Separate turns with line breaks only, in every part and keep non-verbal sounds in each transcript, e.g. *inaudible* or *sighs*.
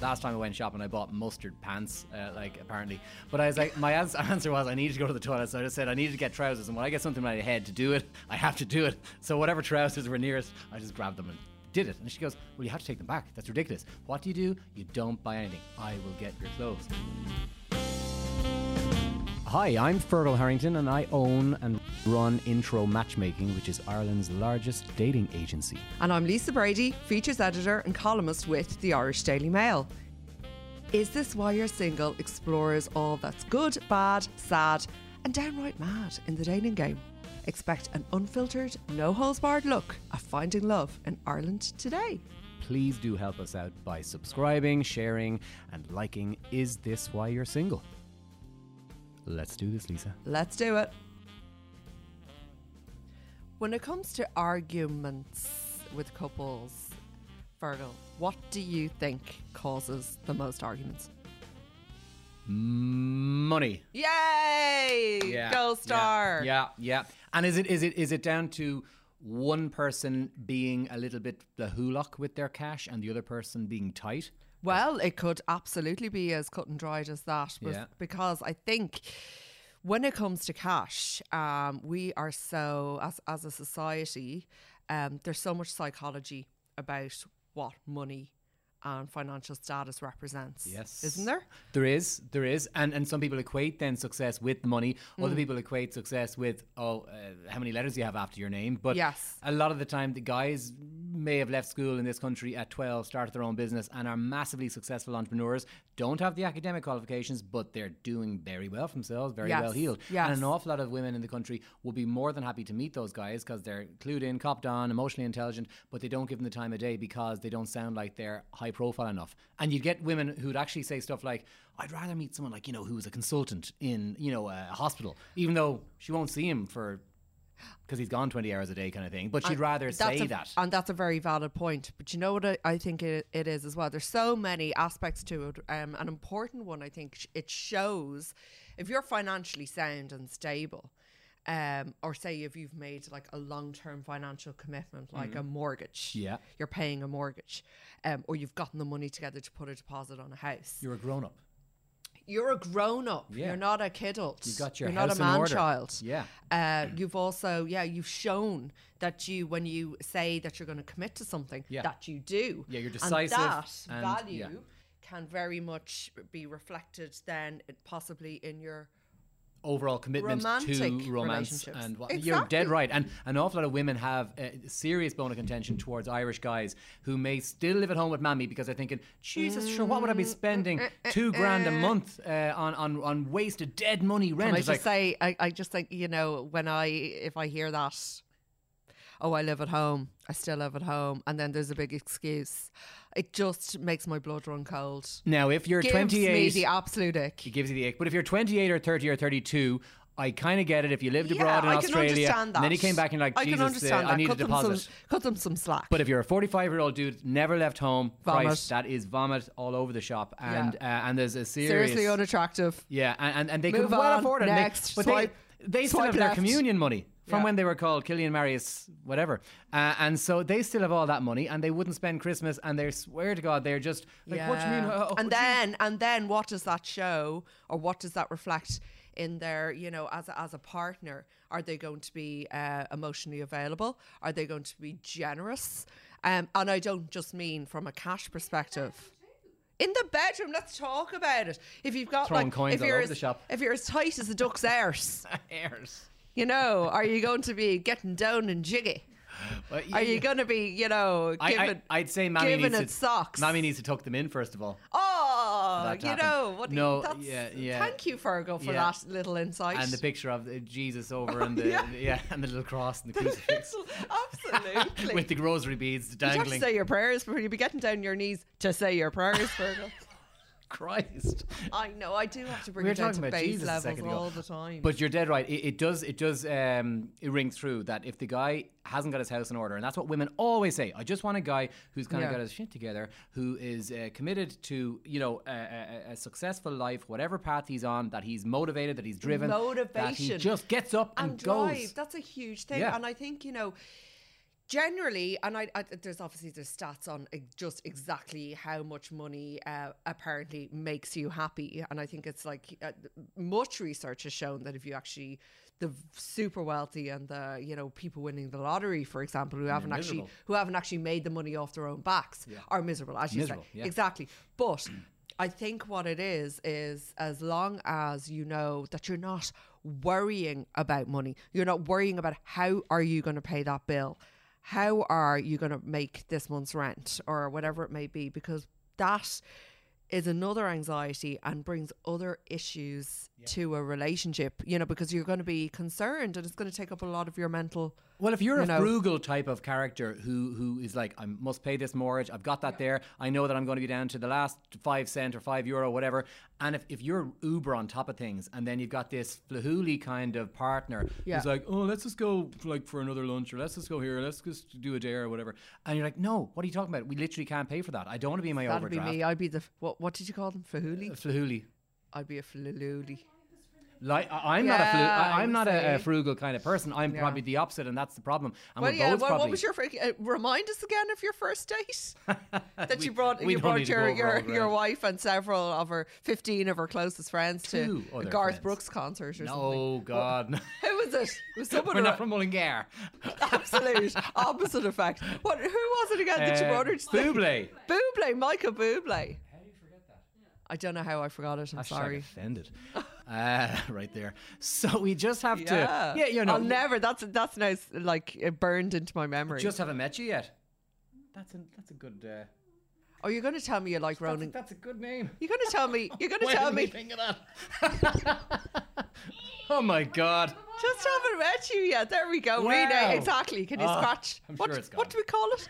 last time I went shopping, I bought mustard pants, uh, like apparently. But I was like, my ans- *laughs* answer was, I need to go to the toilet. So I just said, I need to get trousers. And when I get something in my head to do it, *laughs* I have to do it. So whatever trousers were nearest, I just grabbed them and did it. And she goes, Well, you have to take them back. That's ridiculous. What do you do? You don't buy anything. I will get your clothes. Hi, I'm Fergal Harrington and I own and run Intro Matchmaking, which is Ireland's largest dating agency.
And I'm Lisa Brady, features editor and columnist with the Irish Daily Mail. Is this why you're single explores all that's good, bad, sad, and downright mad in the dating game? Expect an unfiltered, no holes barred look at finding love in Ireland today.
Please do help us out by subscribing, sharing, and liking Is This Why You're Single? Let's do this, Lisa.
Let's do it. When it comes to arguments with couples, Virgil, what do you think causes the most arguments?
Money.
Yay! Gold star.
Yeah, yeah, And is it is it is it down to one person being a little bit blahulok with their cash and the other person being tight?
Well, it could absolutely be as cut and dried as that, but
Yeah.
because I think when it comes to cash, um, we are so as as a society, um, there's so much psychology about what money and financial status represents. isn't there?
There is, there is, and and some people equate then success with money. Other people equate success with oh, uh, how many letters you have after your name. But
Yes.
a lot of the time, the guys may have left school in this country at twelve, started their own business, and are massively successful entrepreneurs. Don't have the academic qualifications, but they're doing very well for themselves, very
Yes,
well heeled. And
yes.
an awful lot of women in the country would be more than happy to meet those guys because they're clued in, copped on, emotionally intelligent, but they don't give them the time of day because they don't sound like they're high profile enough. And you'd get women who'd actually say stuff like, I'd rather meet someone like, you know, who's a consultant in, you know, a hospital, even though she won't see him for. Because he's gone 20 hours a day, kind of thing. But she'd rather
That's
say
a-
that.
And that's a very valid point. But you know what I, I think it, it is as well? There's so many aspects to it. Um, an important one, I think, sh- it shows if you're financially sound and stable, um, or say if you've made like a long term financial commitment, like a mortgage,
Mm. Yeah.
you're paying a mortgage, um, or you've gotten the money together to put a deposit on a house. You're,
You're a grown up.
a grown up.
Yeah.
You're not a kidult.
You've got your
You're
house
not a
in
man
order.
child.
Yeah.
Uh,
Mm.
you've also, yeah, you've shown that you, when you say that you're going to commit to something,
Yeah.
that you do.
Yeah, you're
And
decisive
that
and-
value
yeah.
can very much be reflected then possibly in your.
overall commitment
Romantic
to romance
relationships.
and what, you're dead
Exactly.
right and an awful lot of women have a serious bone of contention towards Irish guys who may still live at home with mammy because they're thinking Jesus sure what would I
Mm.
be spending
Eh,
two grand a month uh, on, on on wasted dead money rent
And I
It's
just
like,
say, I, I just think, you know, when I, if I hear that, oh, I live at home, I still live at home, and then there's a big excuse, it just makes my blood run cold.
now if you're
Gives
28
me the absolute ick.
it gives you the ick but if you're 28 or 30 or 32 I kind of get it if you lived abroad in
I can
Australia
understand that.
and then you came back and you're like
I can
Jesus uh,
understand
I
that.
need
cut
a
Them
deposit
some, cut them some slack.
But if you're a 45 year old dude, never left home,
Vomit.
Christ, that is vomit all over the shop, and uh, and there's a serious,
seriously unattractive.
yeah, and and, and they
Move
could well
on,
afford it. and
next,
they, but
swipe-
they, they still
swipe
have their
left.
communion money from
Yeah.
when they were called Killian Marius, whatever, uh, and so they still have all that money, and they wouldn't spend Christmas, and they swear to God they're just like, what do you mean? *laughs* Oh,
and
what do you-
then and then what does that show or what does that reflect in their you know as a, as a partner are they going to be uh, emotionally available are they going to be generous um, and i don't just mean from a cash perspective in the bedroom let's talk about it if you've got
Throwing
like
coins
if
all
you're
over
as,
the shop.
if you're as tight as a
*laughs*
duck's arse
Airs.
you know are you going to be getting down and jiggy
But
are you going to be you know
I,
giving
I, I'd say Mammy
giving
needs
it
to
socks.
Mammy needs to tuck them in first of all.
Oh,
that to
you
happen.
know what?
No,
that's,
yeah, yeah.
Thank you, Fergal, for
Yeah.
that little insight. *laughs*
And the picture of uh, Jesus over and the
Yeah.
yeah. and the little cross
*laughs*
and the crucifix
absolutely.
with the rosary beads
you have to
dangling.
say your prayers before you be getting down your knees to say your prayers,
*laughs*
Fergal.
Christ.
I know, I do have to bring
We were
it down
talking
to
about
base
Jesus a
levels
second ago.
all the time.
But you're dead right. It, it does. It does. Um, it rings through that if the guy hasn't got his house in order, and that's what women always say. I just want a guy who's kind
Yeah.
of got his shit together, who is uh, committed to you know a, a, a- a successful life, whatever path he's on, that he's motivated, that he's driven, that he
Motivation.
just gets up and,
and drive.
goes.
That's a huge thing.
Yeah.
And I think, you know, generally, and I, I there's obviously there's stats on e- just exactly how much money uh, apparently makes you happy, and I think it's like uh, much research has shown that if you actually the v- super wealthy and the you know people winning the lottery, for example, who haven't actually
miserable.
who haven't actually made the money off their own backs, are miserable, as you
Miserable,
say,
yeah.
exactly. But I think what it is is as long as you know that you're not worrying about money, you're not worrying about how are you going to pay that bill, how are you going to make this month's rent or whatever it may be, because that is another anxiety and brings other issues to a relationship, you know, because you're going to be concerned and it's going to take up a lot of your mental.
Well, if you're
you
a
know.
frugal type of character who who is like, I must pay this mortgage, I've got that there, I know that I'm going to be down to the last five cent or five euro, whatever. And if, if you're uber on top of things, and then you've got this flahooly kind of partner
Yeah.
who's like, oh, let's just go for, like for another lunch, or let's just go here, let's just do a dare or whatever. And you're like, no, what are you talking about? We literally can't pay for that. I don't want to be in my
That'd
overdraft.
be me. I'd be the, what, what did you call them? Fahuli?
Flahooly.
I'd be a flululi.
Like I- I'm not a flu-
Yeah,
I,
I
I'm
would
not a, a
say.
frugal kind of person. I'm
Yeah.
probably the opposite, and that's the problem. And
Well,
we're
yeah.
both
Well,
probably
what was your fir- uh, remind us again of your first
*laughs*
date that you brought?
we
You
don't need
brought
to go over
your
all
your,
the
your
ground.
wife and several of her fifteen of her closest friends
Two
to a
other
Garth
friends.
Brooks concert or something.
no God. no.
Who
*laughs*
was it? It was someone
We're
who-
not from Mullingar.
*laughs* absolute opposite effect. What? Who was it again that you brought her to? see?
Uh, Buble.
Buble, Michael Buble. I don't know how I forgot it.
Sorry,
I'm sorry.
offended. Uh, *laughs* right there. So we just have to.
Yeah,
Yeah, you know.
I'll never. That's that's now s- like it burned into my memory.
Just haven't met you yet. That's a that's a good. Uh,
oh, you're going to tell me you like
that's, a,
Ronan?
that's a good name.
You're going to tell me? You're going
*laughs*
to
Why
tell
didn't we
me?
think of that? *laughs* oh my God.
Just haven't met you yet. There we go. Read
Wow.
it. Exactly. Can you
Ah,
scratch?
I'm
what,
sure it's gone.
what do we call it?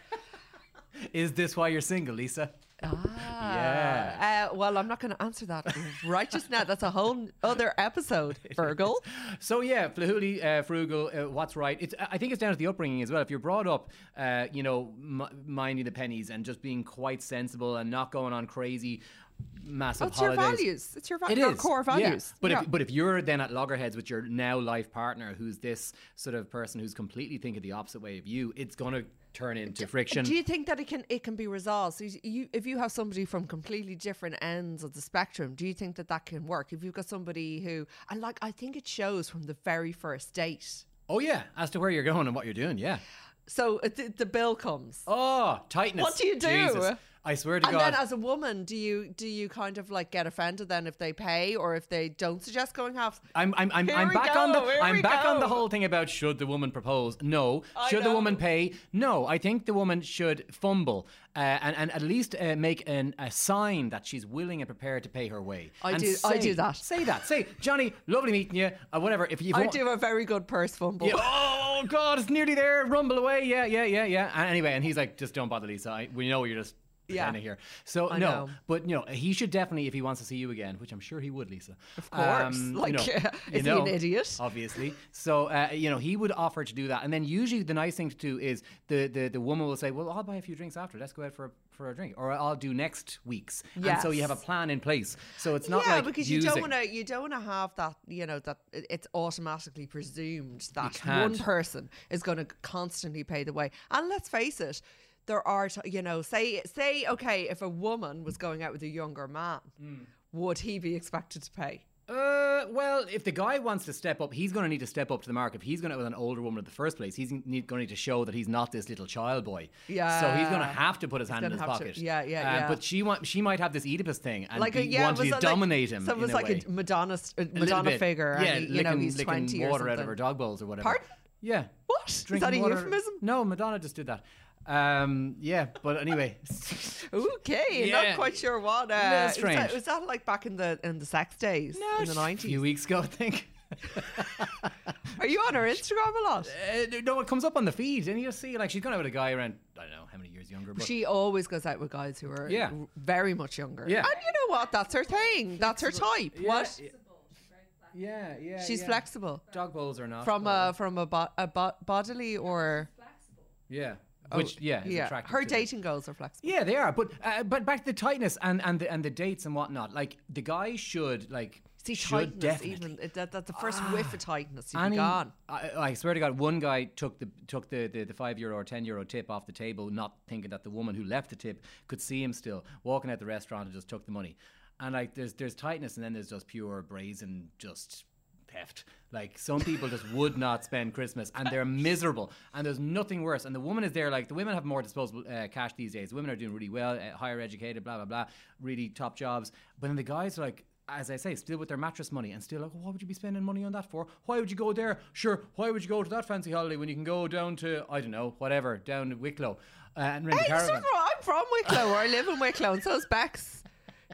Is this why you're single, Lisa?
*laughs* Ah, Uh, well, I'm not going to answer that right just now. That's a whole n- other *laughs* episode, Virgil.
So yeah, flahooly, uh, frugal. Uh, what's right? It's I think it's down to the upbringing as well. If you're brought up, uh, you know, m- minding the pennies and just being quite sensible and not going on crazy, massive
It's your
holidays.
values. It's your, va-
It
your
is.
core
yeah.
values.
But
Yeah.
if but if you're then at loggerheads with your now life partner, who's this sort of person who's completely thinking the opposite way of you, it's gonna turn into friction.
do you think that it can it can be resolved? So you- you, if you have somebody from completely different ends of the spectrum, do you think that that can work? If you've got somebody who, and like, I think it shows from the very first date.
oh yeah, as to where you're going and what you're doing, yeah.
So uh, th- the bill comes.
Oh, tightness.
What do you do?
Jesus. I swear to
And
God.
then, as a woman, do you do you kind of like get offended then if they pay or if they don't suggest going half?
I'm I'm I'm,
Here
I'm
we
back
go,
on the
here we
I'm back on the
go.
whole thing about should the woman propose? No.
I
should
know.
the woman pay? No. I think the woman should fumble uh, and and at least uh, make an a sign that she's willing and prepared to pay her way.
I
And
do- I
say-
do that.
Say that. Say Johnny, lovely meeting you. Uh, whatever. If you
I
want-
do a very good purse fumble. *laughs*
Yeah, Oh God, it's nearly there. Rumble away. Yeah, yeah, yeah, yeah. And anyway, and he's like, just don't bother Lisa. I, we know you're just.
Yeah.
pretending here. So
I
no,
know.
but you know, he should definitely if he wants to see you again, which I'm sure he would, Lisa. um, Of
course. Like, *laughs* is he an idiot?
Obviously. So uh, you know, he would offer to do that, and then usually the nice thing to do is the the, the woman will say, well, I'll buy a few drinks after. Let's go out for a, for a drink, or I'll do next week's. And so you have a
Yes.
plan in place. So it's not
yeah,
like
because you don't
using-
want to. You don't want to have that. You know that it- it's automatically presumed that one
can't.
person is going to constantly pay the way. And let's face it, there are. T- you know, say say okay, if a woman was going out with a younger man,
Hmm.
would he be expected to pay?
Uh, well, if the guy wants to step up, he's going to need to step up to the mark. If he's going to with an older woman in the first place, he's need, going to need to show that he's not this little child boy. So he's going to
Yeah.
have to put his hand in
gonna
his
have to-
pocket. Uh,
yeah, yeah, yeah.
But she want, she might have this Oedipus thing and
like
be,
a, yeah,
want
it was
to
a-
dominate
like,
him.
So it
in
was
a
like
way.
a Madonna, a
A little
Madonna
bit.
figure.
Yeah,
and he, you
licking,
know he's
licking
twenty
water
or something.
out of her dog bowls or whatever.
Pardon?
Yeah.
What? Is
Drinking
that a
water-
euphemism?
No, Madonna just did that. Um, yeah, but
*laughs*
anyway, *laughs*
Okay, not
Yeah.
quite sure what. Uh,
Little
is that-
strange.
Was that like back in the in the sex days in the
a few
nineties?
weeks ago, I think.
Are you on her Instagram a lot?
Uh, no, it comes up on the feed, and you'll see like she's gone out with a guy around I don't know how many years younger. But
She always goes out with guys who are
Yeah.
r- very much younger.
Yeah.
And you know what? That's her thing. That's her type.
Yeah,
what?
yeah. Yeah, yeah.
She's
yeah.
flexible
Dog bowls are not
from uh,
but-
a from a, bo- a bo- bodily or oh,
yeah, Oh, which yeah, is
yeah.
attractive to
Her
me.
dating goals are flexible.
Yeah, they are. But uh, but back to the tightness and and the, and the dates and whatnot. Like the guy should like
See,
Should
tightness,
definitely. Ah.
even it, that, that's the first whiff of tightness, you'd
Any-
be gone.
I, I swear to God, one guy took the took the, the, the five euro or ten euro tip off the table, not thinking that the woman who left the tip could see him still walking out the restaurant and just took the money. And like, there's there's tightness, and then there's just pure brazen just theft. Like some people just would not spend Christmas, and they're miserable, and there's nothing worse. And the woman is there, like the women have more disposable uh, cash these days. Women are doing really well, uh, higher educated, blah blah blah, really top jobs. But then the guys are like as I say, still with their mattress money and still like, "Oh, why would you be spending money on that for? Why would you go there? Sure, why would you go to that fancy holiday when you can go down to, I don't know, whatever, down to Wicklow uh, and rent a
Hey, this is
caravan?
wrong. I'm from Wicklow, or I live in Wicklow, and so is Bex.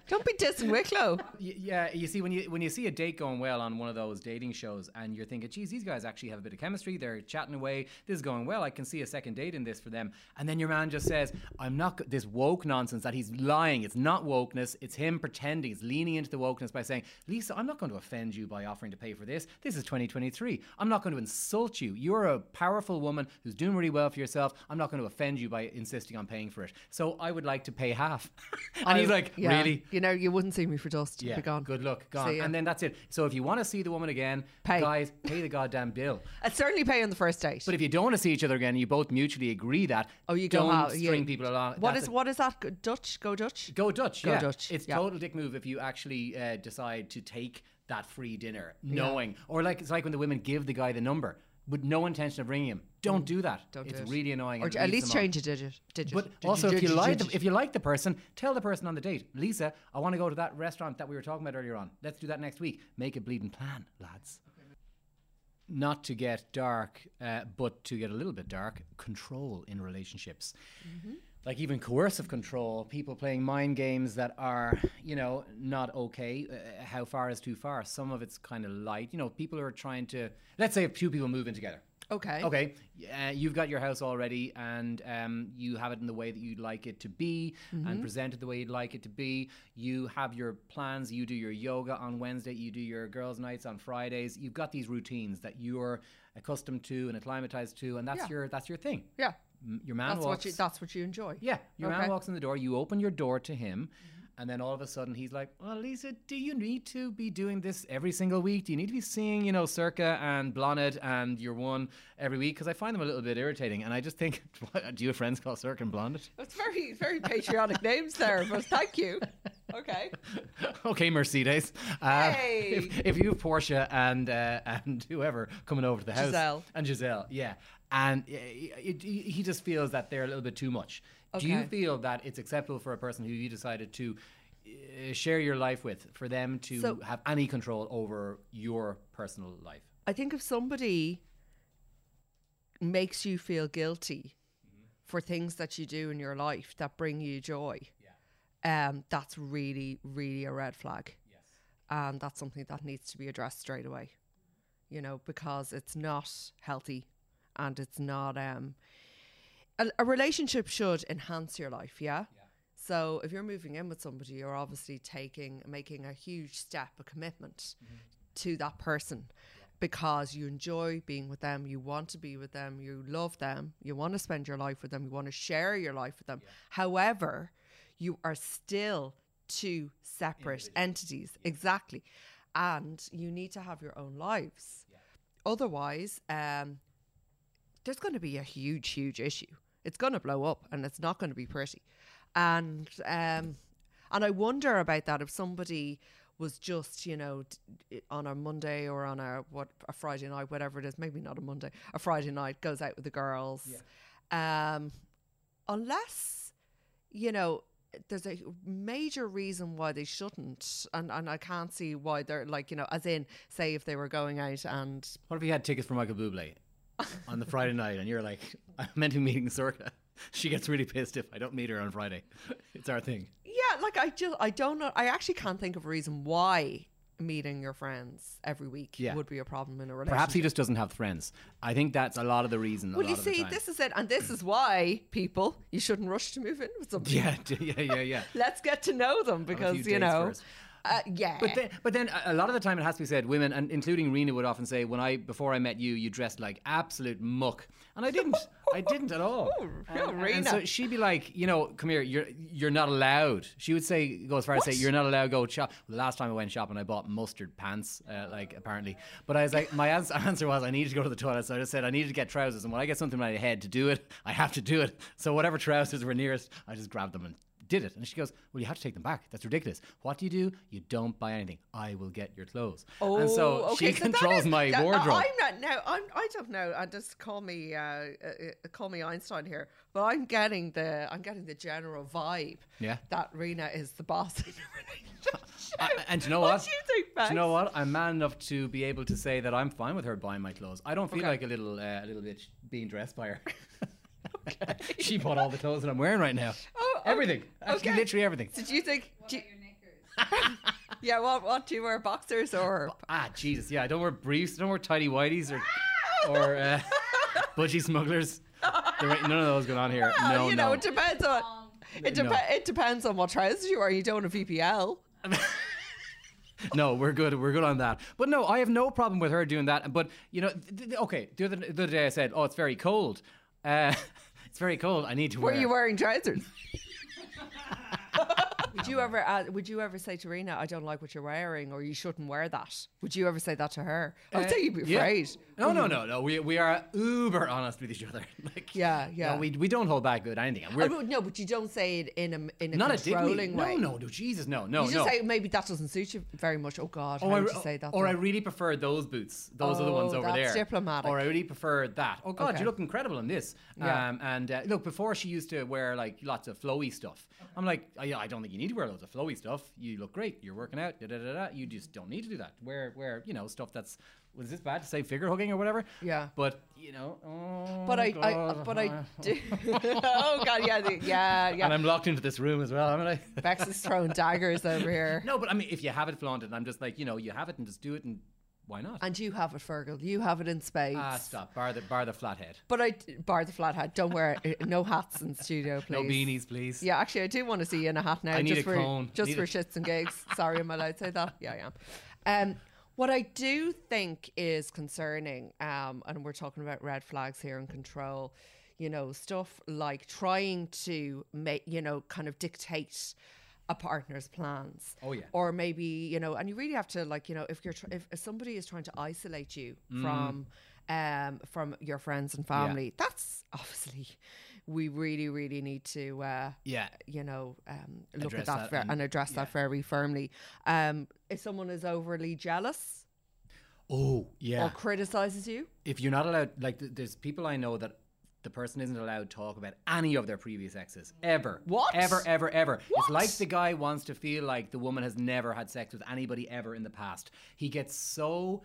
Don't be dissing Wicklow.
Y- Yeah, you see, when you when you see a date going well on one of those dating shows, and you're thinking, "Geez, these guys actually have a bit of chemistry. They're chatting away. This is going well. I can see a second date in this for them." And then your man just says, "I'm not go-" this woke nonsense that he's lying. It's not wokeness. It's him pretending. It's leaning into the wokeness by saying, "Lisa, I'm not going to offend you by offering to pay for this. This is 2023. I'm not going to insult you. You're a powerful woman who's doing really well for yourself. I'm not going to offend you by insisting on paying for it. So I would like to pay half." *laughs* and he's like,
Yeah,
"Really?"
You know, you wouldn't see me for dust. Yeah,
Yeah,
be gone.
good luck, gone.
See ya.
And then that's it. So if you want to see the woman again,
Pay.
guys, pay the goddamn bill.
I'd certainly pay on the first date.
But if you don't want to see each other again, you both mutually agree that.
oh, you
don't
go out.
string
yeah.
people along.
What
That's
is
a-
what is that? Go- Dutch? Go Dutch?
Go Dutch.
Go
yeah.
Dutch,
It's
yeah.
total dick move if you actually uh, decide to take that free dinner, knowing, or like it's like when the women give the guy the number with no intention of ringing him. Don't do that.
Mm. Don't do
it's
it.
really annoying.
Or
and it
at
leaves
least
them on.
change a digit. digit.
But
digit,
also, if you
digit,
like the,
digit.
if you like the person, tell the person on the date, Lisa, I want to go to that restaurant that we were talking about earlier on. Let's do that next week. Make a bleeding plan, lads. Not to get dark, uh, but to get a little bit dark, control in relationships. Like even coercive control, people playing mind games that are, you know, not okay. Uh, how far is too far? Some of it's kind of light. You know, people are trying to, let's say, if two people move in together.
okay.
Okay, uh, you've got your house already, and um, you have it in the way that you'd like it to be,
Mm-hmm.
and present it the way you'd like it to be. You have your plans. You do your yoga on Wednesday. You do your girls' nights on Fridays. You've got these routines that you're accustomed to and acclimatized to, and that's
Yeah.
your that's your thing.
Yeah.
M- Your man
That's
walks.
what you. That's what you enjoy.
yeah, your man
Okay.
walks in the door. You open your door to him. And then all of a sudden he's like, "Well, Lisa, do you need to be doing this every single week? Do you need to be seeing, you know, Circa and Blonnet and your one every week? Because I find them a little bit irritating, and I just think, *laughs* do your friends call Circa and Blonnet?
It's very very patriotic names there, but thank you. Okay.
*laughs* okay, Mercedes. Uh,
Hey!
if, if you have Portia and uh, and whoever coming over to the house
Giselle.
and Giselle, yeah, and uh, it, he he just feels that they're a little bit too much. Do you
Okay.
feel that it's acceptable for a person who you decided to uh, share your life with for them to
So-
have any control over your personal life?
I think if somebody makes you feel guilty for things that you do in your life that bring you joy, um, that's really, really a red flag.
Yes.
And that's something that needs to be addressed straight away, you know, because it's not healthy and it's not. Um, a, a relationship should enhance your life, yeah? So if you're moving in with somebody, you're obviously taking making a huge step, a commitment to that person because you enjoy being with them, you want to be with them, you love them, you want to spend your life with them, you want to share your life with them. However, you are still two separate entities. Exactly. And you need to have your own lives. Otherwise, um, there's going to be a huge, huge issue. It's going to blow up, and it's not going to be pretty. And um, and I wonder about that if somebody was just you know d- on a Monday or on a what a Friday night, whatever it is, maybe not a Monday, a Friday night goes out with the girls. Um, unless you know there's a major reason why they shouldn't and, and i can't see why they're like you know as in say if they were going out and
What if you had tickets for Michael
*laughs*
Bublé on the Friday night, and you're like, *laughs* I'm meant to be meeting Circa. *laughs* She gets really pissed if I don't meet her on Friday. *laughs* It's our thing.
Yeah, like I just I don't know. I actually can't think of a reason why meeting your friends every week
Yeah.
would be a problem in a relationship.
Perhaps he just doesn't have friends. I think that's a lot of the reason. a
well, you
lot of the
see,
time. *laughs*
this is it, and this is why people you shouldn't rush to move in with somebody. *laughs*
Yeah, d- yeah, yeah, yeah.
Let's get to know them
Have a few
because
dates
you know.
first.
Uh, yeah.
But then, but then a a lot of the time it has to be said, women, and including Rena would often say, when I before I met you, you dressed like absolute muck, and I didn't, I didn't at all.
*laughs* Oh,
And-
yeah,
and,
Rena.
so she'd be like, you know, come here, you're you're not allowed. She would say, go as far as say, you're not allowed to go shop. The last time I went shopping, I bought mustard pants, uh, like apparently. But I was like, my ans- *laughs* answer was, I needed to go to the toilet, so I just said, I needed to get trousers, and when I get something in my head to do it, I have to do it. So whatever trousers were nearest, I just grabbed them and did it. And she goes, Well, you have to take them back. That's ridiculous. What do you do? You don't buy anything. I will get your clothes. and so
Oh,
she
so that
controls
is-
my
that- no,
wardrobe.
I'm not. No, I'm. I don't know. I just call me. Uh, uh, uh, call me Einstein here. But I'm getting the. I'm getting the general vibe.
Yeah.
That Rena is the boss. in the *laughs*
I-
relationship.
and do you know
What
what?
do you think,
Do you know
Max?
what? I'm man enough to be able to say that I'm fine with her buying my clothes. I don't feel like a little uh, a little bitch being dressed by
*laughs*
her. *laughs* she bought all the clothes that I'm wearing right now.
Oh, okay.
everything. Actually,
Okay.
literally everything.
Did you think?
What
do you-
about your knickers?
yeah. What? What do you wear? Boxers or?
Ah, Jesus. Yeah, I don't wear briefs. I don't wear tidy whities or
Ah!
or uh, *laughs* budgie smugglers. There ain't none of those going on here.
Well,
no,
oh, you
no.
know, it depends on.
Um,
It,
No.
depe- it depends on what trousers you are. You don't a VPL.
no, we're good. We're good on that. But no, I have no problem with her doing that. But you know, th- th- okay. The other, the other day I said, "Oh, it's very cold. Uh, *laughs* it's very cold. I need to
Were
wear."
you
*laughs*
wearing trousers? *laughs* would you ever uh, would you ever say to Rena, I don't like what you're wearing or you shouldn't wear that? Would you ever say that to her? I
Uh,
would say you'd be
yeah.
afraid.
No, no, no, no. We we are uber honest with each other. *laughs* like,
Yeah, yeah.
No, we we don't hold back with anything. And
I
We're
would- no, but you don't say it in a in a
not a
controlling
diggly.
way.
No, no, no. Jesus, no, no,
You
no.
just say maybe that doesn't suit you very much. Oh God,
Oh,
how
I,
would
re-
you say that?
or I
then?
really prefer those boots, those other ones
Oh,
over
that's
there.
diplomatic.
Or I really prefer that. Oh God,
Okay.
you look incredible in this.
Yeah.
Um, and uh, look, before she used to wear like lots of flowy stuff. I'm like, I, I don't think you need to wear loads of flowy stuff. You look great. You're working out. Da, da, da, da. You just don't need to do that. Wear wear you know stuff that's was this bad to say figure hugging or whatever?
Yeah.
But you know. Oh
but I, I
God. uh-huh.
but I do. *laughs* oh God, yeah, the- yeah,
And
yeah.
I'm locked into this room as well, haven't I?
Bex is throwing daggers over here.
*laughs* no, but I mean, if you have it flaunted, I'm just like, you know, you have it and just do it, and why not?
And you have it, Fergal. You have it in spades.
Ah, stop. Bar the bar the flathead.
But I bar the flat hat. Don't wear it. no hats in studio, please.
No beanies, please.
Yeah, actually, I do want to see you in a hat now.
I need
just
a
for,
cone.
Just
Need
for
a-
shits
*laughs*
and gigs. Sorry, am I allowed to say that? Yeah, I am. Um, what I do think is concerning, um, and we're talking about red flags here and control, you know, stuff like trying to make, you know, kind of dictate a partner's plans.
Oh, yeah.
Or maybe, you know, and you really have to like, you know, if you're tr- if, if somebody is trying to isolate you
Mm.
from um from your friends and family, that's obviously we really really need to uh
Yeah.
you know, um, look
Address
at that,
that
ver-
and-
and, address that very firmly. Um, if someone is overly jealous
Oh, yeah.
or criticizes you,
if you're not allowed, like, th- there's people I know that the person isn't allowed to talk about any of their previous exes ever.
What?
Ever, ever, ever. It's like the guy wants to feel like the woman has never had sex with anybody ever in the past. He gets so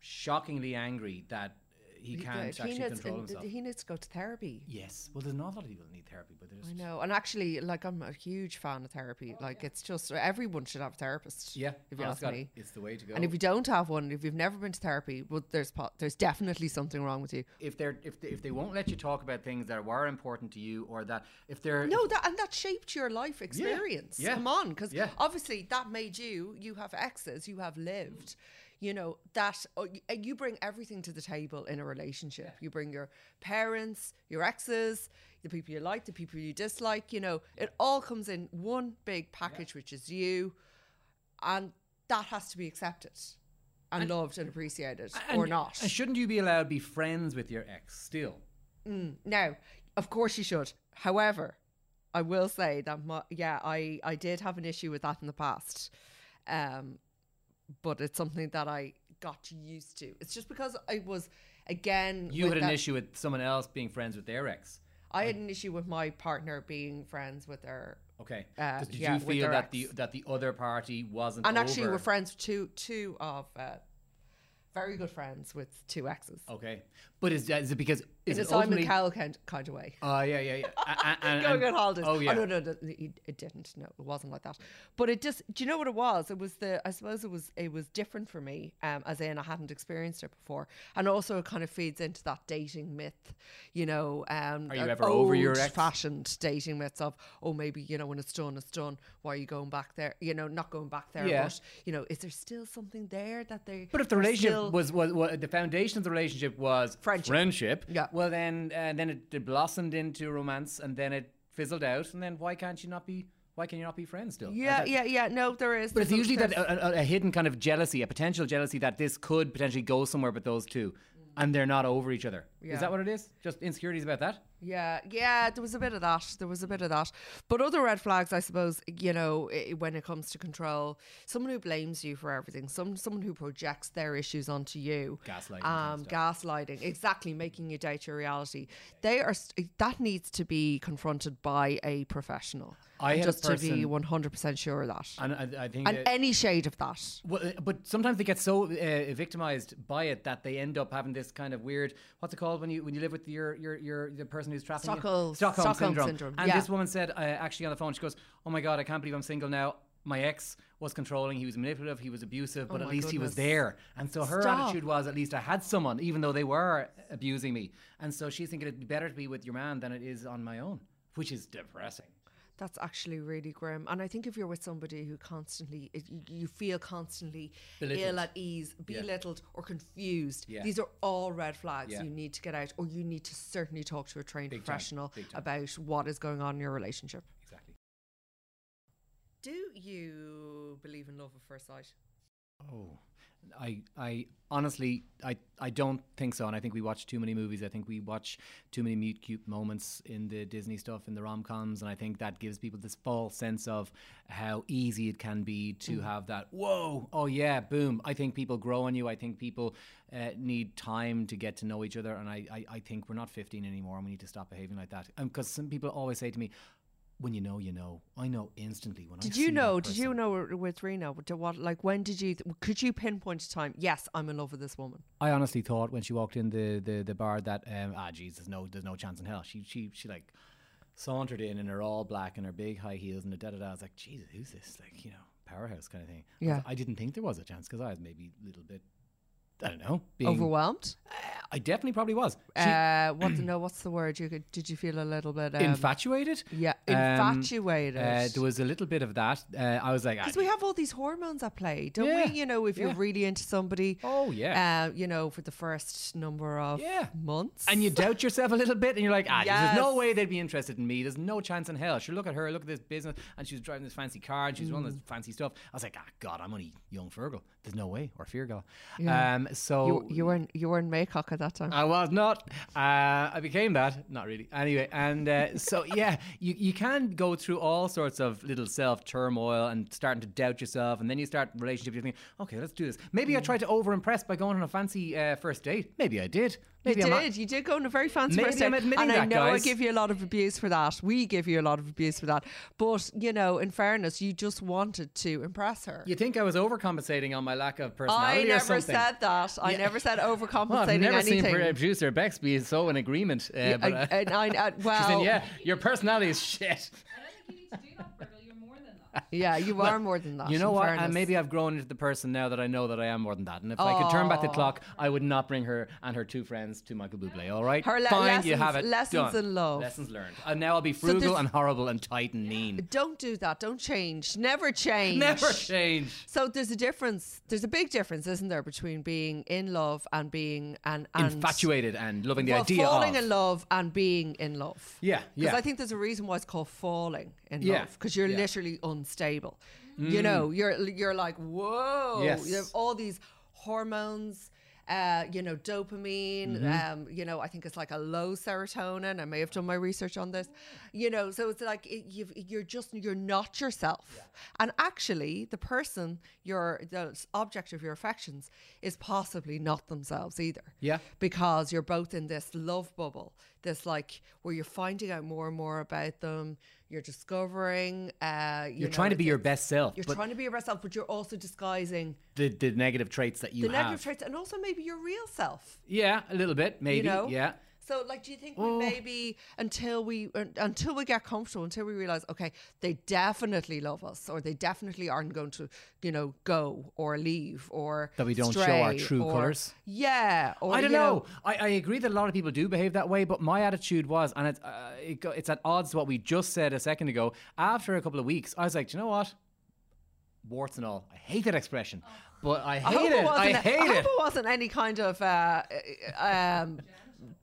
shockingly angry that uh, he can't
he
actually
needs,
control
and
himself.
he needs to go to therapy.
yes. Well, there's an awful lot of people that need therapy, but there's.
I know, and actually, like I'm a huge fan of therapy. like it's just everyone should have a therapist.
Oh, Yeah.
if you
honest
ask
God,
me.
It's the way to go.
And if you don't have one, if you've never been to therapy, well, there's po- there's definitely something wrong with you.
if they're if they, if they won't let you talk about things that were important to you or that if they're
No, that and that shaped your life experience.
yeah,
Come on, because
yeah.
obviously that made you. You have exes. You have lived. You know that uh, y- uh, you bring everything to the table in a relationship. You bring your parents, your exes, the people you like, the people you dislike. You know, it all comes in one big package, which is you, and that has to be accepted and, loved and appreciated, or
And-
not.
and shouldn't you be allowed to be friends with your ex still
Now, Mm. of course you should. However, I will say that my, yeah, I I did have an issue with that in the past, um, but it's something that I got used to. It's just because I was again
you
with
had an
that-
issue with someone else being friends with their ex
I had an issue with my partner being friends with her,
okay
Uh,
Did- did
yeah,
you
with
feel
their
that
ex.
the that the other party wasn't
and actually
over?
we're friends two two of uh, very good friends with two exes.
okay but is that is it because is
in a
it
Simon
ultimately-
Cowell kind, kind of way.
Oh yeah, yeah, yeah. A-
*laughs*
a- and-
Going
and-
on holidays.
Oh yeah.
no, no, no, it it didn't. No, it wasn't like that. But it just. Do you know what it was? It was the. I suppose it was. It was different for me. Um, as in I hadn't experienced it before, and also it kind of feeds into that dating myth. You know, um,
Are you ever over your ex?
fashioned dating myths of oh maybe you know when it's done it's done. Why are you going back there? You know, not going back there.
Yeah.
But you know, is there still something there that they?
But if the
are
relationship
still-
was, was, was the foundation of the relationship was
Friendship. Yeah.
Well, then uh, then it, it blossomed into romance, and then it fizzled out. And then why can't you not be? Why can you not be friends still? Uh,
Yeah,
that-
yeah, yeah. No, there is.
But it's
there's-
usually that
there's-
a, a, a hidden kind of jealousy, a potential jealousy that this could potentially go somewhere, but those two, and they're not over each other.
Yeah.
Is that what it is? Just insecurities about that?
Yeah, yeah, there was a bit of that. There was a bit of that. But other red flags, I suppose, you know, i when it comes to control, someone who blames you for everything, some someone who projects their issues onto you,
Gaslighting kind of
um,
stuff.
gaslighting, exactly, making you doubt your reality. They are st- that needs to be confronted by a professional.
I
And
had a
just to be
person-
one hundred percent sure of that,
And I, I think
and
that-
any shade of that.
Well, uh, but sometimes they get so uh, victimized by it that they end up having this kind of weird. What's it called when you when you live with your your, your the person who's trafficking? you?
Stockholm-
Stockholm,
Stockholm
syndrome.
syndrome,
And
yeah.
this woman said uh, actually on the phone, she goes, "Oh my god, I can't believe I'm single now. My ex was controlling. He was manipulative. He was abusive. But
Oh
at
my
least he was
goodness.
there. And so her
Stop.
attitude was, at least I had someone, even though they were abusing me. And so she's thinking it'd be better to be with your man than it is on my own, which is depressing.
That's actually really grim. And I think if you're with somebody who constantly, it, you- you feel constantly
Belittled.
ill at ease, belittled, or confused,
Yeah.
these are all red flags
Yeah.
you need to get out, or you need to certainly talk to a trained
Big time,
professional
big time.
about what is going on in your relationship.
Exactly.
Do you believe in love at first sight?
Oh, I, I honestly, I, I don't think so. And I think we watch too many movies. I think we watch too many mute cute moments in the Disney stuff, in the rom coms. And I think that gives people this false sense of how easy it can be
Mm.
to have that, whoa, oh yeah, boom. I think people grow on you. I think people uh, need time to get to know each other. And I, I, I think we're not 15 anymore and we need to stop behaving like that. Because some people always say to me, when you know, you know. I know instantly when I
Did
see
you
that
know? Did
person.
you know w- with Rena? what- What like when did you? th- Could you pinpoint a time? Yes, I'm in love with this woman.
I honestly thought when she walked in the the, the bar that um, ah jeez there's no there's no chance in hell she she she like sauntered in in her all black and her big high heels and her da da da I was like Jesus who's this like you know powerhouse kind of thing I was-
Yeah.
I, didn't think there was a chance because I was maybe a little bit I don't know being
Overwhelmed?
I definitely probably was she,
uh, what? No, what's the word? You could, did you feel a little bit? Um,
infatuated
Yeah,
Um,
infatuated.
uh, there was a little bit of that uh, I was like ah,
because we have all these hormones at play, don't
Yeah,
we? You know, if you're
yeah.
really into somebody,
oh yeah
uh, you know, for the first number of
Yeah.
months,
and you doubt yourself a little bit, and you're like, ah, there's no
Yes.
way they'd be interested in me. There's no chance in hell. Sure, look at her, look at this business, and she's driving this fancy car, and she's running
Mm.
this fancy stuff. I was like, ah, God, I'm only young Fergal. There's no way, or Fear Girl. Um, so
you, you were in, you were in Maycock at that time.
I was not. Uh, I became that. Not really. Anyway, and uh, so yeah, you, you can go through all sorts of little self turmoil and starting to doubt yourself, and then you start relationships. You think, okay, let's do this. Maybe
Mm.
I tried to over impress by going on a fancy uh, first date. Maybe I did. Maybe
you
I'm not-
did. You did go on a very fancy
Maybe
first
I'm
date,
admitting
and I
that,
know
guys.
I give you a lot of abuse for that. We give you a lot of abuse for that. But you know, in fairness, you just wanted to impress her.
You think I was overcompensating on my lack of personality
I
or
never
something?
said that. I never said
*laughs*
overcompensating
well, I've never
anything.
seen producer Bex be so in agreement. Uh,
I,
but, uh,
and I, uh,
*laughs* she
well,
said, "Yeah, your personality is shit."
I don't think you need to do
*laughs*
that, Virgil. You're more than that.
Yeah, you are more than that.
You know
Oh, in
what?
Fairness.
And maybe I've grown into the person now that I know that I am more than that. And if I could turn back the
Aw.
clock, I would not bring her and her two friends to Michael Bublé. All right,
Her le-
fine, you
lessons-
have it.
lessons
Done.
in love.
Lessons learned. And now I'll be frugal
this-
and horrible and tight and mean.
don't do that. Don't change. Never change.
Never change.
So there's a difference. There's a big difference, isn't there, between being in love and being and, and
Infatuated and loving the
well,
idea
falling
of
in love and being in love.
Yeah,
Because
yeah.
I think there's a reason why it's called falling in
Yeah,
love because you're
yeah. Mm.
literally unstable. You know, you're you're like whoa.
Yes.
You have all these hormones. Uh, you know, dopamine.
Mm-hmm.
Um, you know, I think it's like a low serotonin. I may have done my research on this. You know, so it's like it, you've, you're just you're not yourself. And actually, the person, your the object of your affections, is possibly not themselves either
Yeah.
because you're both in this love bubble, this like where you're finding out more and more about them. You're discovering. Uh, you
You're
know,
trying to
it's-
be your best self,
You're
but
trying to be your best self, but you're also disguising
the, the negative traits that you
the
have.
negative traits and also maybe your real self.
yeah, a little bit, maybe.
You know.
Yeah.
So, like, do you think
Oh.
we maybe until we un- until we get comfortable, until we realize, okay, they definitely love us, or they definitely aren't going to, you know, go or leave, or
That we don't show our
stray,
true
or-
colours?
Yeah, or
I don't
you
know. I, I agree that a lot of people do behave that way, but my attitude was, and it's uh, it go, it's at odds to what we just said a second ago. After a couple of weeks, I was like, do you know what? Warts and all. I hate that expression, but I
I
hate
hope
it. I
Oh, wasn't-
hate
hope
it.
it Oh, wasn't any kind of. Uh, um,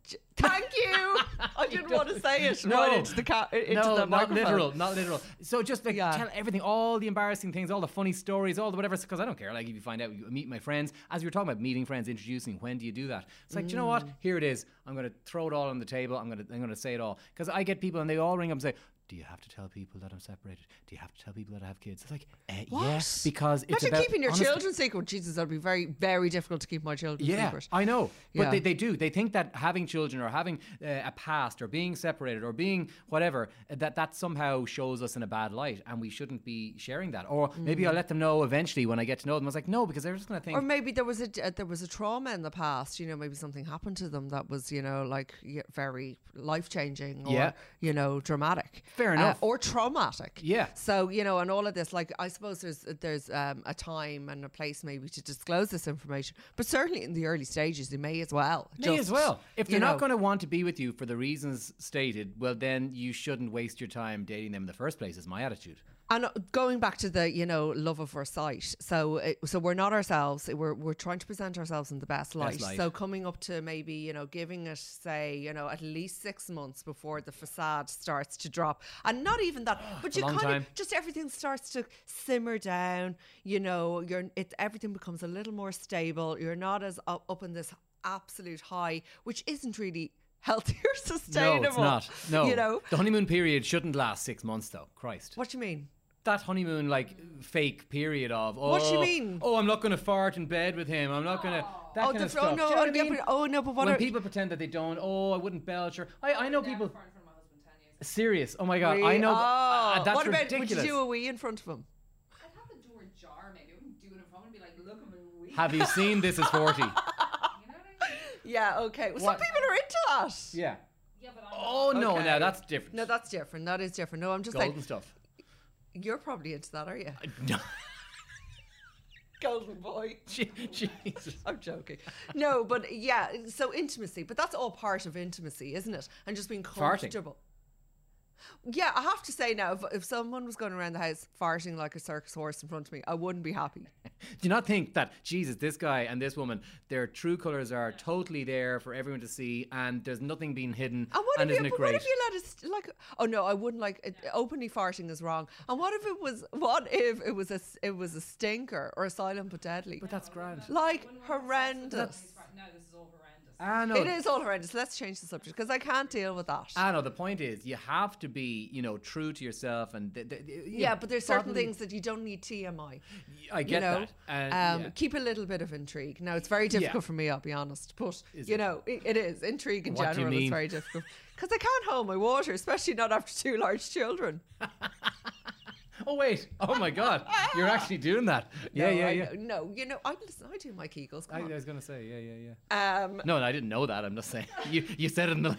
j- thank
*laughs*
you. I didn't want to say it
No.
right into the ca- into
no,
the
not
microphone.
literal, not literal. So just like
Yeah.
tell everything, all the embarrassing things, all the funny stories, all the whatever. Because I don't care. Like if you find out, you meet my friends. As we were talking about meeting friends, introducing, when do you do that? It's like, do you know
Mm.
what? Here it is. I'm going to throw it all on the table. I'm going to I'm going to say it all because I get people and they all ring up and say. Do you have to tell people that I'm separated? Do you have to tell people that I have kids? It's like, uh, yes,
What?
because it's
Imagine
about
keeping your
honesty.
children secret. Jesus, that'd be very, very difficult to keep my children
Yeah,
secret.
I know. But
Yeah.
they, they do. They think that having children or having uh, a past or being separated or being whatever, uh, that that somehow shows us in a bad light and we shouldn't be sharing that. Or maybe I'll let them know eventually when I get to know them. I was like, no, because they're just going to think,
Mm. Or maybe there was a uh, there was a trauma in the past. You know, maybe something happened to them that was you know like y- very life changing or
Yeah.
you know dramatic.
Fair
Uh,
enough.
or traumatic.
Yeah.
So you know, and all of this, like I suppose there's there's um, a time and a place maybe to disclose this information, but certainly in the early stages, they may as well.
me as
just,
well. If
you
they're not
know.
going to want to be with you for the reasons stated, well, then you shouldn't waste your time dating them in the first place, is my attitude.
And uh, going back to the, you know, love of our sight. So, it, so we're not ourselves. We're we're trying to present ourselves in the best light.
light.
So, coming up to maybe, you know, giving it, say, you know, at least six months before the facade starts to drop, and not even
*sighs*
that, but
a
you
long
kind
time.
of just everything starts to simmer down. You know, you're it. Everything becomes a little more stable. You're not as up, up in this absolute high, which isn't really *laughs* healthy or
No,
sustainable.
it's not. No.
you know.
The honeymoon period shouldn't last six months, though. Christ.
What do you mean?
that honeymoon like fake period of oh,
What do you mean?
Oh, I'm not going to fart in bed with him. I'm not going
*gasps*
to that
Oh,
kind
the
of
fr- oh,
stuff. Do
no,
you know
oh,
what I
yeah,
mean?
but- oh, no, but what
when
are-
people pretend that they don't, oh, I wouldn't belch or I, I know people
in front of my husband ten
*laughs*
years.
serious. Oh my god,
Really?
I know
Oh,
uh, that's
what about
ridiculous.
would you do a wee in front of him?
I'd have the door ajar maybe. I wouldn't do it in front and be like, look, I'm in week.
Have you seen this is
*laughs*
40?
You know what I mean?
Yeah, okay. Well, some
What?
people are into that.
yeah.
Yeah, but I'm
Oh no,
Okay.
now that's different.
No, that's different. That is different. No, I'm just
golden
like
stuff. *laughs*
you're probably into that, are you?
No,
Golden boy.
*laughs* Je- Jesus.
I'm joking. No, but yeah, so intimacy, but that's all part of intimacy, isn't it? And just being
Farting.
comfortable. Yeah, I have to say now, if, if someone was going around the house farting like a circus horse in front of me, I wouldn't be happy.
Do you not think that Jesus, this guy and this woman, their true colors are totally there for everyone to see, and there's nothing being hidden,
And what
and
if
isn't
you,
it
but
great?
what if you let us like? Oh no, I wouldn't like it, openly farting is wrong. And what if it was? What if it was a s- it was a stinker or a silent but deadly? But
That's grand.
like horrendous.
No, this is all horrendous.
Ah, no,
It is all horrendous. Let's change the subject because I can't deal with that.
I know the point is you have to be, you know, true to yourself and th- th- th- you
yeah,
know,
but there's certain
probably-
things that you don't need TMI.
I get
you know,
that. And,
um,
yeah.
keep a little bit of intrigue. Now it's very difficult for me, I'll be honest, but you
it?
know, it, it is intrigue in
What do you
general. It's
mean?
very difficult because I can't hold my water, especially not after two large children.
*laughs* Oh wait! Oh my God! You're actually doing that? Yeah,
No,
yeah,
I,
yeah.
No, you know, I listen. I do my Kegels.
I,
Come
I was gonna say, yeah, yeah, yeah. *laughs*
on. Um,
No, no, I didn't know that. I'm just saying. *laughs* You, you said it in the.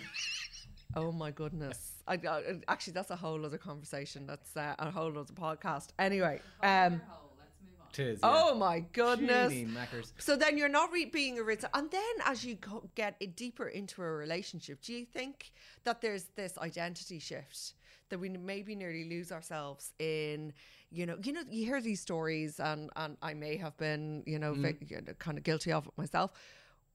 oh my goodness. I, I, actually, that's a whole other conversation. That's uh, a whole other podcast. Anyway. Um,
Hole, let's move on.
Tis, *laughs* yeah.
*laughs* oh my goodness.
Jeannie Mackers.
So then you're not re- being original. And then as you go- get i- deeper into a relationship, do you think that there's this identity shift that we n- maybe nearly lose ourselves in? You know, you know, you hear these stories, and and I may have been, you
Mm.
know, vic- you know kind of guilty of it myself.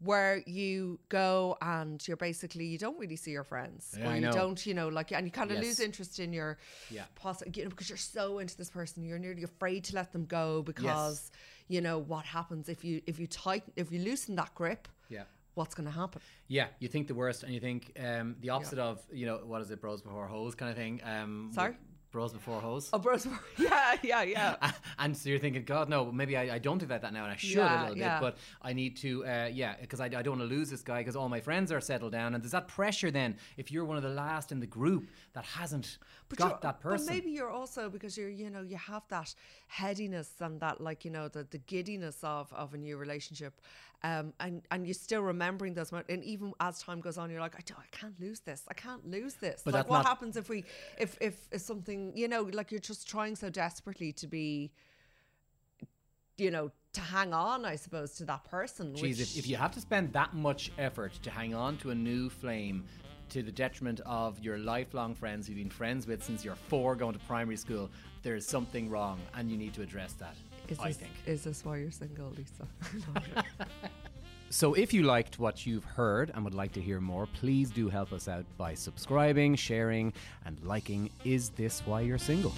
Where you go and you're basically you don't really see your friends,
Yeah,
or
I
you
know.
don't, you know, like, and you kind of lose
Yes.
interest in your,
Yeah.
poss- you know, because you're so into this person, you're nearly afraid to let them go because you know what happens if you if you tighten if you loosen that grip
Yeah.
what's going to happen
Yeah, you think the worst, and you think um, the opposite of you know what is it, bros before hoes kind of thing. Um,
Sorry?
bros before hoes.
oh bros *laughs* yeah yeah yeah
*laughs* and so you're thinking, God, no, maybe I, I don't do that, that now, and I should a
Yeah,
little
yeah.
bit, but I need to, uh, yeah, because I, I don't want to lose this guy because all my friends are settled down, and there's that pressure then if you're one of the last in the group that hasn't
you're-
got that person.
but maybe you're also because you're you know you have that headiness and that like you know the, the giddiness of of a new relationship Um, and and you're still remembering those moments, and even as time goes on, you're like, I don't, I can't lose this. I can't lose this.
But
like,
that's
what
not-
happens if we, if, if if something, you know, like you're just trying so desperately to be, you know, to hang on, I suppose, to that person.
Jeez,
which-
if, if you have to spend that much effort to hang on to a new flame to the detriment of your lifelong friends who've been friends with since you're four going to primary school, there is something wrong and you need to address that,
is
I
this,
think.
is this why you're single, Lisa? *laughs*
So, if you liked what you've heard and would like to hear more, please do help us out by subscribing, sharing, and liking Is This Why You're Single?